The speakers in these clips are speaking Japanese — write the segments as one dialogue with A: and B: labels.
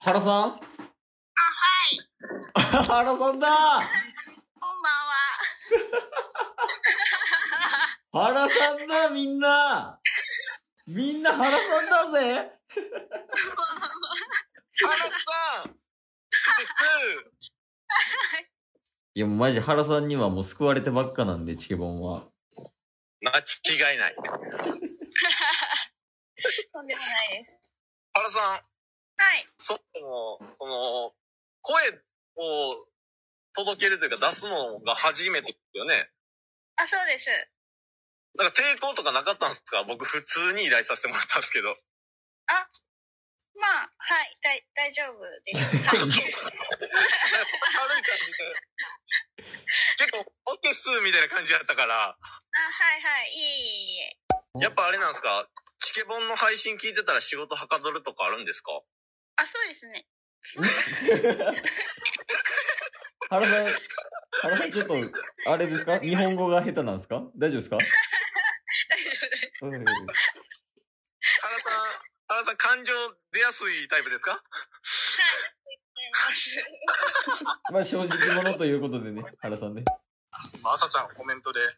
A: 原さん
B: あ、はい。
A: 原さんだ
B: こんばんは。
A: 原さんだみんなみんな原さんだぜ
C: 原さんです
A: いや、もうマジ原さんにはもう救われてばっかなんで、チケボンは。
C: 間違いない。
B: とんでもないです。
C: 原さん、
B: はい。
C: そもそも、この、声を届けるというか出すのが初めてですよね。
B: あ、そうです。
C: なんか抵抗とかなかったんですか僕普通に依頼させてもらったんですけど。
B: まあ、はい。だい大丈夫 です。はい。
C: なんか軽い感じで。結構、オッケーっすみたいな感じだったから、
B: あ、はいはい。いえいえいえ。
C: やっぱあれなんですかチケボンの配信聞いてたら仕事はかどるとかあるんですか
B: あ、そうですね。
A: 原さん、原さんちょっと、あれですか日本語が下手なんですか大丈夫ですか
B: 大丈夫です。
A: うん
C: 原さん、原さん感情出やすいタイプですか
B: はい。す
A: まあ正直者ということでね、原さんね。
D: まあ、朝ちゃんコメントで、
C: はい。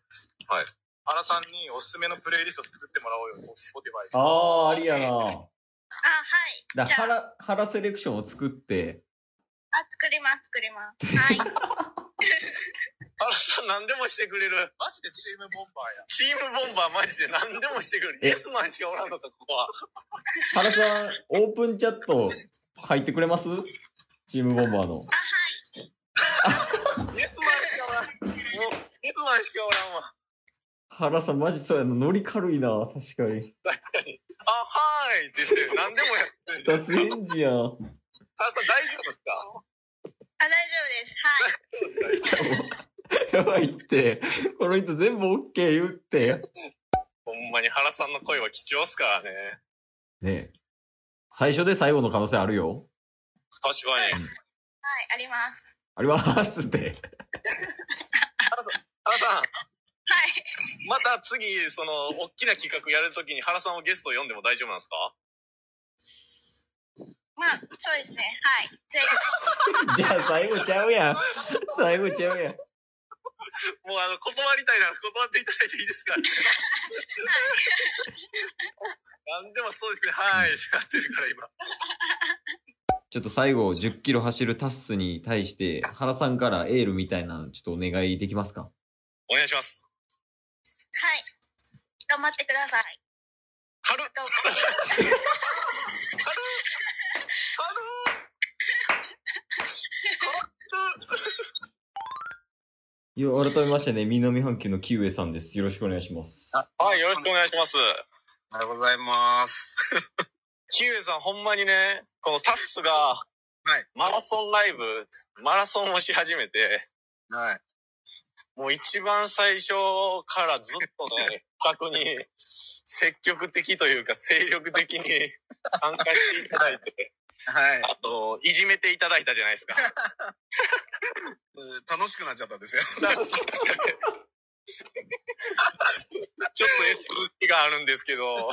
D: アラさんにおすすめのプレイリスト作ってもらおうよ、スポティファイ。
A: ああ、ありやな。
B: あ、はい。
A: だ
B: じゃあ、
A: 原、原セレクションを作って、
B: あ、作ります、作ります。 はい。
C: 原さん何でもしてくれる。
D: マジでチームボンバーや。
C: チームボンバーマジで何でもしてくれる。イエスマンしかおらんのか、ここは。
A: 原さん、オープンチャット入ってくれますチームボンバーの。
C: イエスマンしかおらん。もう、イエスマンしかおらんわ。
A: 原さん、マジそうやな。ノリ軽いな、確かに。
C: 確かに。あ、はーいって言って、何でもやってる。
A: 脱返事やん。
C: 原さん大丈夫ですか
B: あ、大丈夫です。はい。
A: やばいって。この人全部 OK 言って。
C: ほんまに原さんの声は貴重っすからね。
A: ねえ。最初で最後の可能性あるよ。
C: 確かに。
B: はい、あります。
A: ありますって。
C: 原さん、
B: はい。
C: また次、その、大きな企画やるときに原さんをゲスト呼んでも大丈夫なんですか
B: まあ、そうですね。はい。ぜひ。
A: じゃあ最後ちゃうやん。最後ちゃうやん。
C: もうあの、断りたいなら断っていただいていいですか何でもそうですね、はいってなってるから今。
A: ちょっと最後10キロ走るタッスに対して、原さんからエールみたいなのちょっとお願いできますか
C: お願いします。
B: はい。頑張ってください。
C: 軽っ
B: どうも
C: 軽っ軽っ軽っ
A: いや、改めましてね、南半球のキウエさんです。よろしくお願いします。
C: はい、よろしくお願いします。
D: おはようございます。
C: キウエさん、ほんまにね、このタッスが、
D: はい
C: マラソンライブ、マラソンをし始めて、
D: はい。
C: もう一番最初からずっとね、 企画に積極的というか、精力的に 参加していただいて、
D: はい。
C: あと、いじめていただいたじゃないですか。
D: 楽しくなっちゃったんですよ。
C: ちょっとちょっと S 気があるんですけど。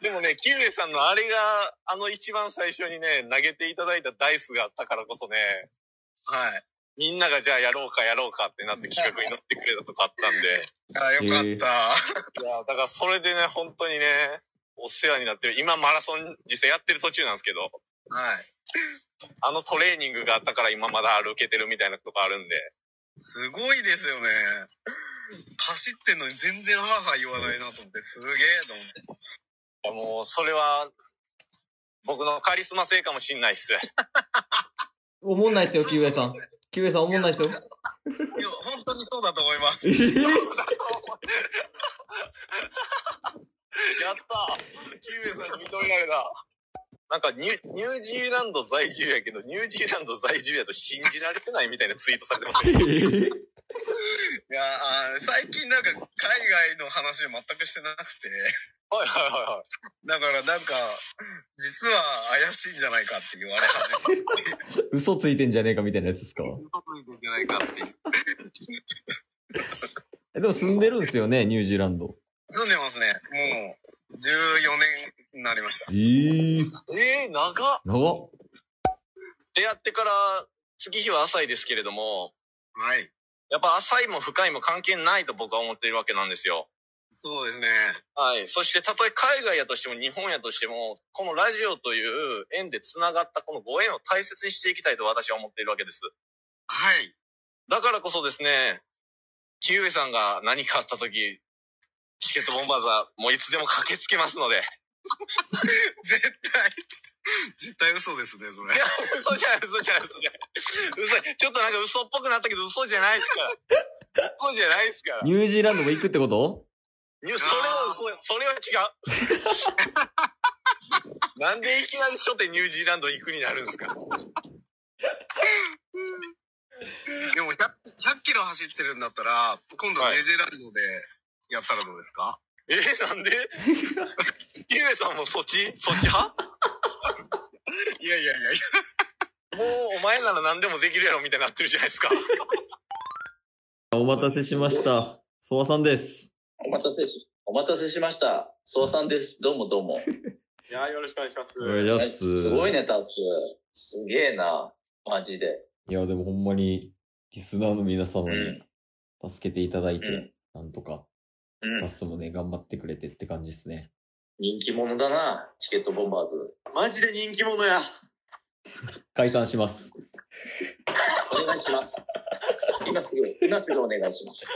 C: でもね、キウエさんのあれが、あの一番最初にね、投げていただいたダイスがあったからこそね、
D: はい。
C: みんながじゃあやろうかやろうかってなって企画に乗ってくれたとかあったんで。
D: あよかった。
A: えー
C: いや、だからそれでね、本当にね、お世話になってる。今マラソン実際やってる途中なんですけど、
D: はい。
C: あのトレーニングがあったから今まだ歩けてるみたいなことがあるんで。
D: すごいですよね。走ってんのに全然ハーハー言わないなと思って、すげえと思って。
C: いやもう、それは、僕のカリスマ性かもしんないっす。
A: おもんないっすよ、キウエさん。キウエさんおもんないっすよ。
D: いや、本当にそうだと思います。
A: えー
C: やったキウエさんに認められた。なんかニュ、ニュージーランド在住やけど、ニュージーランド在住やと信じられてないみたいなツイートされてますね。
D: いやあー最近なんか海外の話を全くしてなくて、
C: はいはいはいはい。
D: だからなんか、実は怪しいんじゃないかって言われ始めて、
A: 嘘ついてんじゃねえかみたいなやつですか
D: 嘘ついてんじゃないかっていう。
A: えでも住んでるんですよね、ニュージーランド。
D: 住んでますね。もう、14年になりました。
A: ええー、
C: えー、長っ
A: 長っ。
C: 出会ってから月日は浅いですけれども、
D: はい。
C: やっぱ浅いも深いも関係ないと僕は思っているわけなんですよ。
D: そうですね。
C: はい。そして、たとえ海外やとしても日本やとしても、このラジオという縁で繋がったこのご縁を大切にしていきたいと私は思っているわけです。
D: はい。
C: だからこそですね、キウエさんが何かあった時、チケットボンバーザー、もういつでも駆けつけますので。
D: 絶対、絶対嘘ですね、それ。
C: 嘘じゃない、嘘じゃない、嘘じゃない。嘘、ちょっとなんか嘘っぽくなったけど嘘じゃないですから。嘘じゃないですから。
A: ニュージーランドも行くってこと
C: いやそれは嘘よ、それは違う。 なんでいきなり初手ニュージーランド行くになるんですか
D: でも100、100キロ走ってるんだったら、今度
C: はい
D: ネジランドでやったらどうですか、
C: えー、 なんでゆえさんもそっちそっち派
D: い、やいやいやいや。
C: もうお前なら何でもできるやろみたいになってるじゃないですか。
A: お待たせしました。ソワさんです。
E: お待たせし、お待たせしました。そうさんです。どうもどうも。
C: いやよろしくお願いします
A: お願いしま
E: え
A: す。
E: すごい。ネタっす。すげえな。マジで。
A: いや、でもほんまに、リスナーの皆様に助けていただいうて
E: ん、
A: なんとか、
E: うん
A: タ。スもね、頑張ってくれてって感じですね。
E: 人気者だな。チケットボンバーズ。
C: マジで人気者や。
A: 解散します。
E: お願いします。 今すぐ、今すぐお願いします。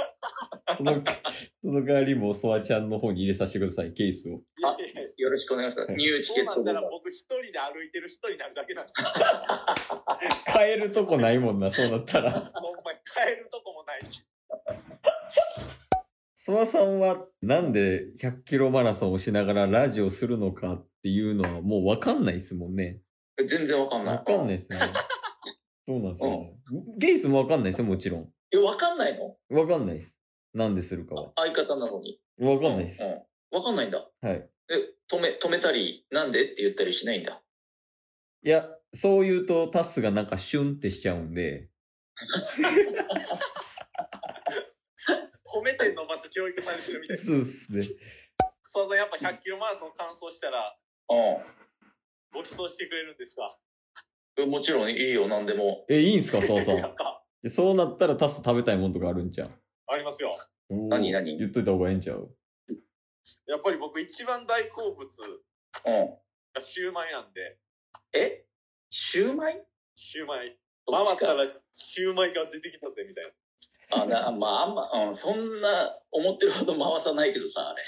A: そ の、その代わりも、ソワちゃんの方に入れさせてください、ケースを。
E: あよろしくお願いします。ニューチケットボンバーズ。
C: 僕一人で歩いてる人になるだけなんですよ。
A: 変えるとこないもんな、そうなったら。
C: ほんまに帰るとこもないし。
A: ソワさんは、なんで100キロマラソンをしながらラジオするのかっていうのは、もうわかんないですもんね。
E: 全然わかんない。
A: わかんないですね。そうなんですよ、ねケースもわかんないですよ、もちろん。
E: え、わかんないの
A: わかんないです。なんでするかは
E: あ。相方なのに。
A: わかんないです。
E: うん。わかんないんだ。
A: はい。
E: え、止め、止めたり、なんでって言ったりしないんだ。
A: いや、そう言うとタスがなんかシュンってしちゃうんで、
C: 褒めて伸ばす教育されてるみ
A: そうっすね。
C: そうそう、やっぱ100キロマラソン完走したら
E: う
C: ご馳走してくれるんですか
E: んえ。もちろんいいよ、なんでも。
A: え、いいんすか、そう さん。
C: ぱ
A: でそうなったらタス食べたいもんとかあるんちゃう
C: ありますよ。
A: おー
E: 何何
A: 言っといた方がええんちゃう
C: やっぱり僕一番大好物
E: うん。
C: がシューマイなんで、
E: えシューマイ
C: シューマイ。
E: ど
C: マ
E: っ
C: マ
E: ちか
C: からシューマイが出てきたぜ、みたいな。
E: あなまああんま、うん、そんな思ってるほど回さないけどさ あれ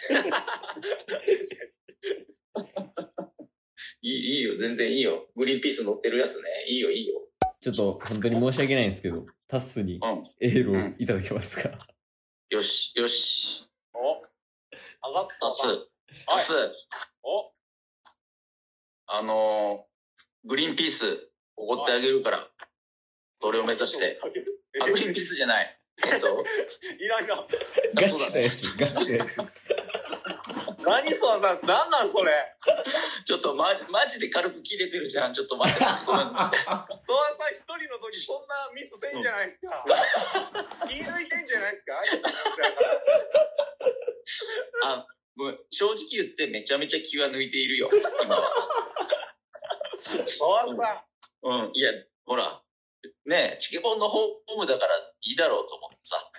E: いいいいよ全然いいよグリーンピース乗ってるやつねいいよいいよ
A: ちょっと本当に申し訳ないんですけど、タスに
E: うん
A: エールをいただけますか、
E: よしよし
C: おあざっさ
E: 明
C: ん。
E: 日明日
C: お
E: あのーグリーンピースおごってあげるからそれを目指してあグリーンピースじゃないえっ と
C: いらんが。
A: ガチなやつ、ガチなやつ。
C: 何そのさ、何なんそれ。
E: ちょっとまマジで軽く切れてるじゃんちょっと待ってごめん
C: ソワさん一人の時そんなミスせんじゃないですか。気抜いてんじゃないですか。
E: ごめん正直言ってめちゃめちゃ気は抜いているよ今は
C: ソワさん。
E: うん、いや、ほら、ねえ、チケボンのホームだからいいだろうと思ってさ。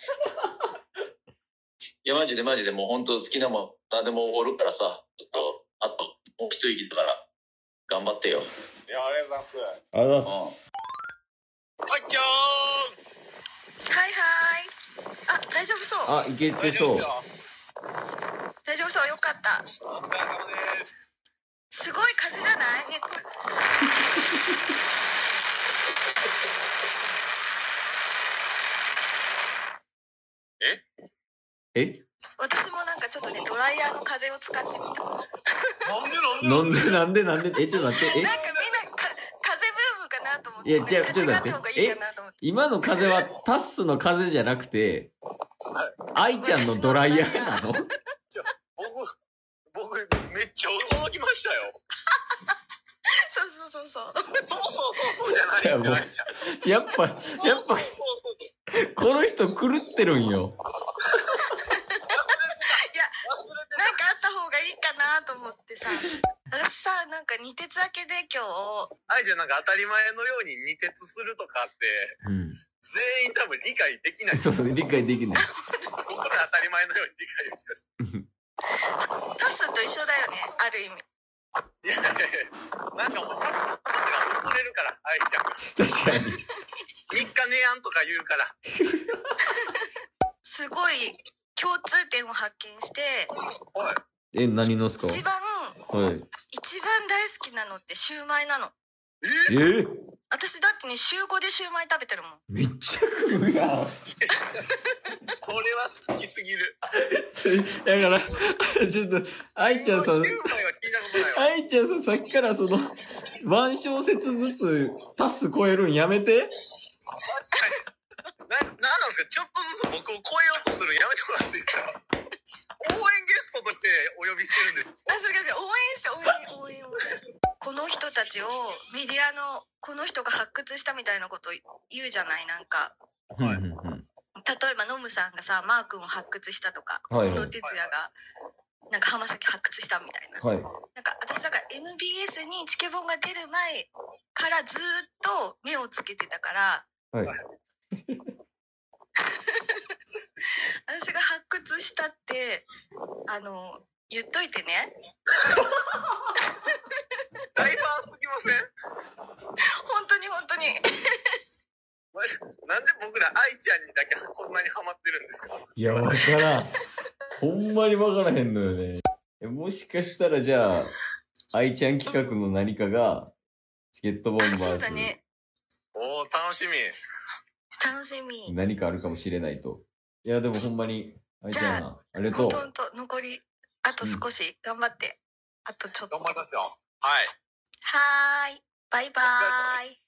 E: いや、マジでマジでもう本当好きなもん何でもおごるからさ、ちょっと、あと、もう一息だから、頑張ってよ。
C: いや、ありがとうございます。
A: ありがとうございます。
C: はい、じゃーん。
B: はいはい。あ、大丈夫そう。
A: あ、いけてそう。
B: 大丈夫そう。よかった。
C: お疲れ様です。
B: すごい風じゃないね、これ。
A: え
B: 私もなんかちょっとね、ドライヤーの風を使ってみた。なんか
C: なんでなんで
A: なんでなんでなんでえ、ちょっと待って。え
B: みんなか風ブームかなと思って。
A: いや違う
B: 風があった方がいいかなと思って。
A: 今の風はタッスの風じゃなくて、愛ちゃんのドライヤーなの
C: 僕、僕、めっちゃ驚きましたよ。
B: そうそうそうそう。
C: そうそうそうそうじゃないですよ
A: じゃあもう
C: 愛ちゃ
A: やっぱ、
C: ん。
A: やっ
C: そうそう
A: ぱ、
C: そうそう
A: この人狂ってるんよ。
C: 忘れて
B: なんかあった方がいいかなと思ってさ。私さ、なんか二鉄明けで今日、
C: 愛ちでなんか当たり前のように二徹するとかって、
A: うん。
C: 全員多分理解できない。
A: そうそう、理解できない。
C: 僕ら当たり前のように理解をします。
B: タスと一緒だよね、ある意味。
C: いやいやいや、なんかもう、タスが薄れるから、愛ちゃんが。
A: 確かに。
C: 3日寝やんとか言うから。
B: すごい共通点を発見して、
A: え、何のっすか
B: 一番、
A: はい。
B: 一番大好きなのってシューマイなの。
A: えー、
B: 私だってね、週5でシューマイ食べてるもん。
A: めっちゃ食うやん。
C: それは好きすぎる。
A: それだから、ちょっと、愛ちゃんさん
C: シ、ュウマイは聞いたことないわ。
A: 愛ちゃんさんさっきからその、ワン小節ずつタス超えるんやめて。
C: 確かに。な、なんなんですかちょっとずつ僕を超えようとするのやめてもらっていいですか応援ゲストとしてお呼びしてるんです。
B: あ、それから応援して、応援、応援、応援。この人たちをメディアのこの人が発掘したみたいなこと言うじゃないなんか
A: はい。う
B: 例えばノムさんがさマー君を発掘したとか
A: はい
B: 小室哲也がなんか浜崎発掘したみたいな
A: はい。
B: なんか私だから NBS にチケボンが出る前からずーっと目をつけてたから
A: はい。
B: 私が発掘したってあの言っといてね
C: 大ファンすぎません
B: 本当に本当に
C: マジなんで僕ら愛ちゃんにだけこんなにハマってるんですか
A: いや、わからん。ほんまにわからへんのよね。えもしかしたらじゃあ、愛ちゃん企画の何かが、チケットボン
B: あ
A: バ
B: そ
A: ー
B: うだ
A: ズ、
B: ね
C: おー、楽しみ。
B: 楽しみ
A: 何かあるかもしれないと。いや、でもほんまに、愛ちゃんな、ありがと
B: ほ
A: う。
B: とんど残りあと少し頑張ってあとちょっと
C: 頑
B: は
C: 張りますよ。はい。
B: ーいバイバーイ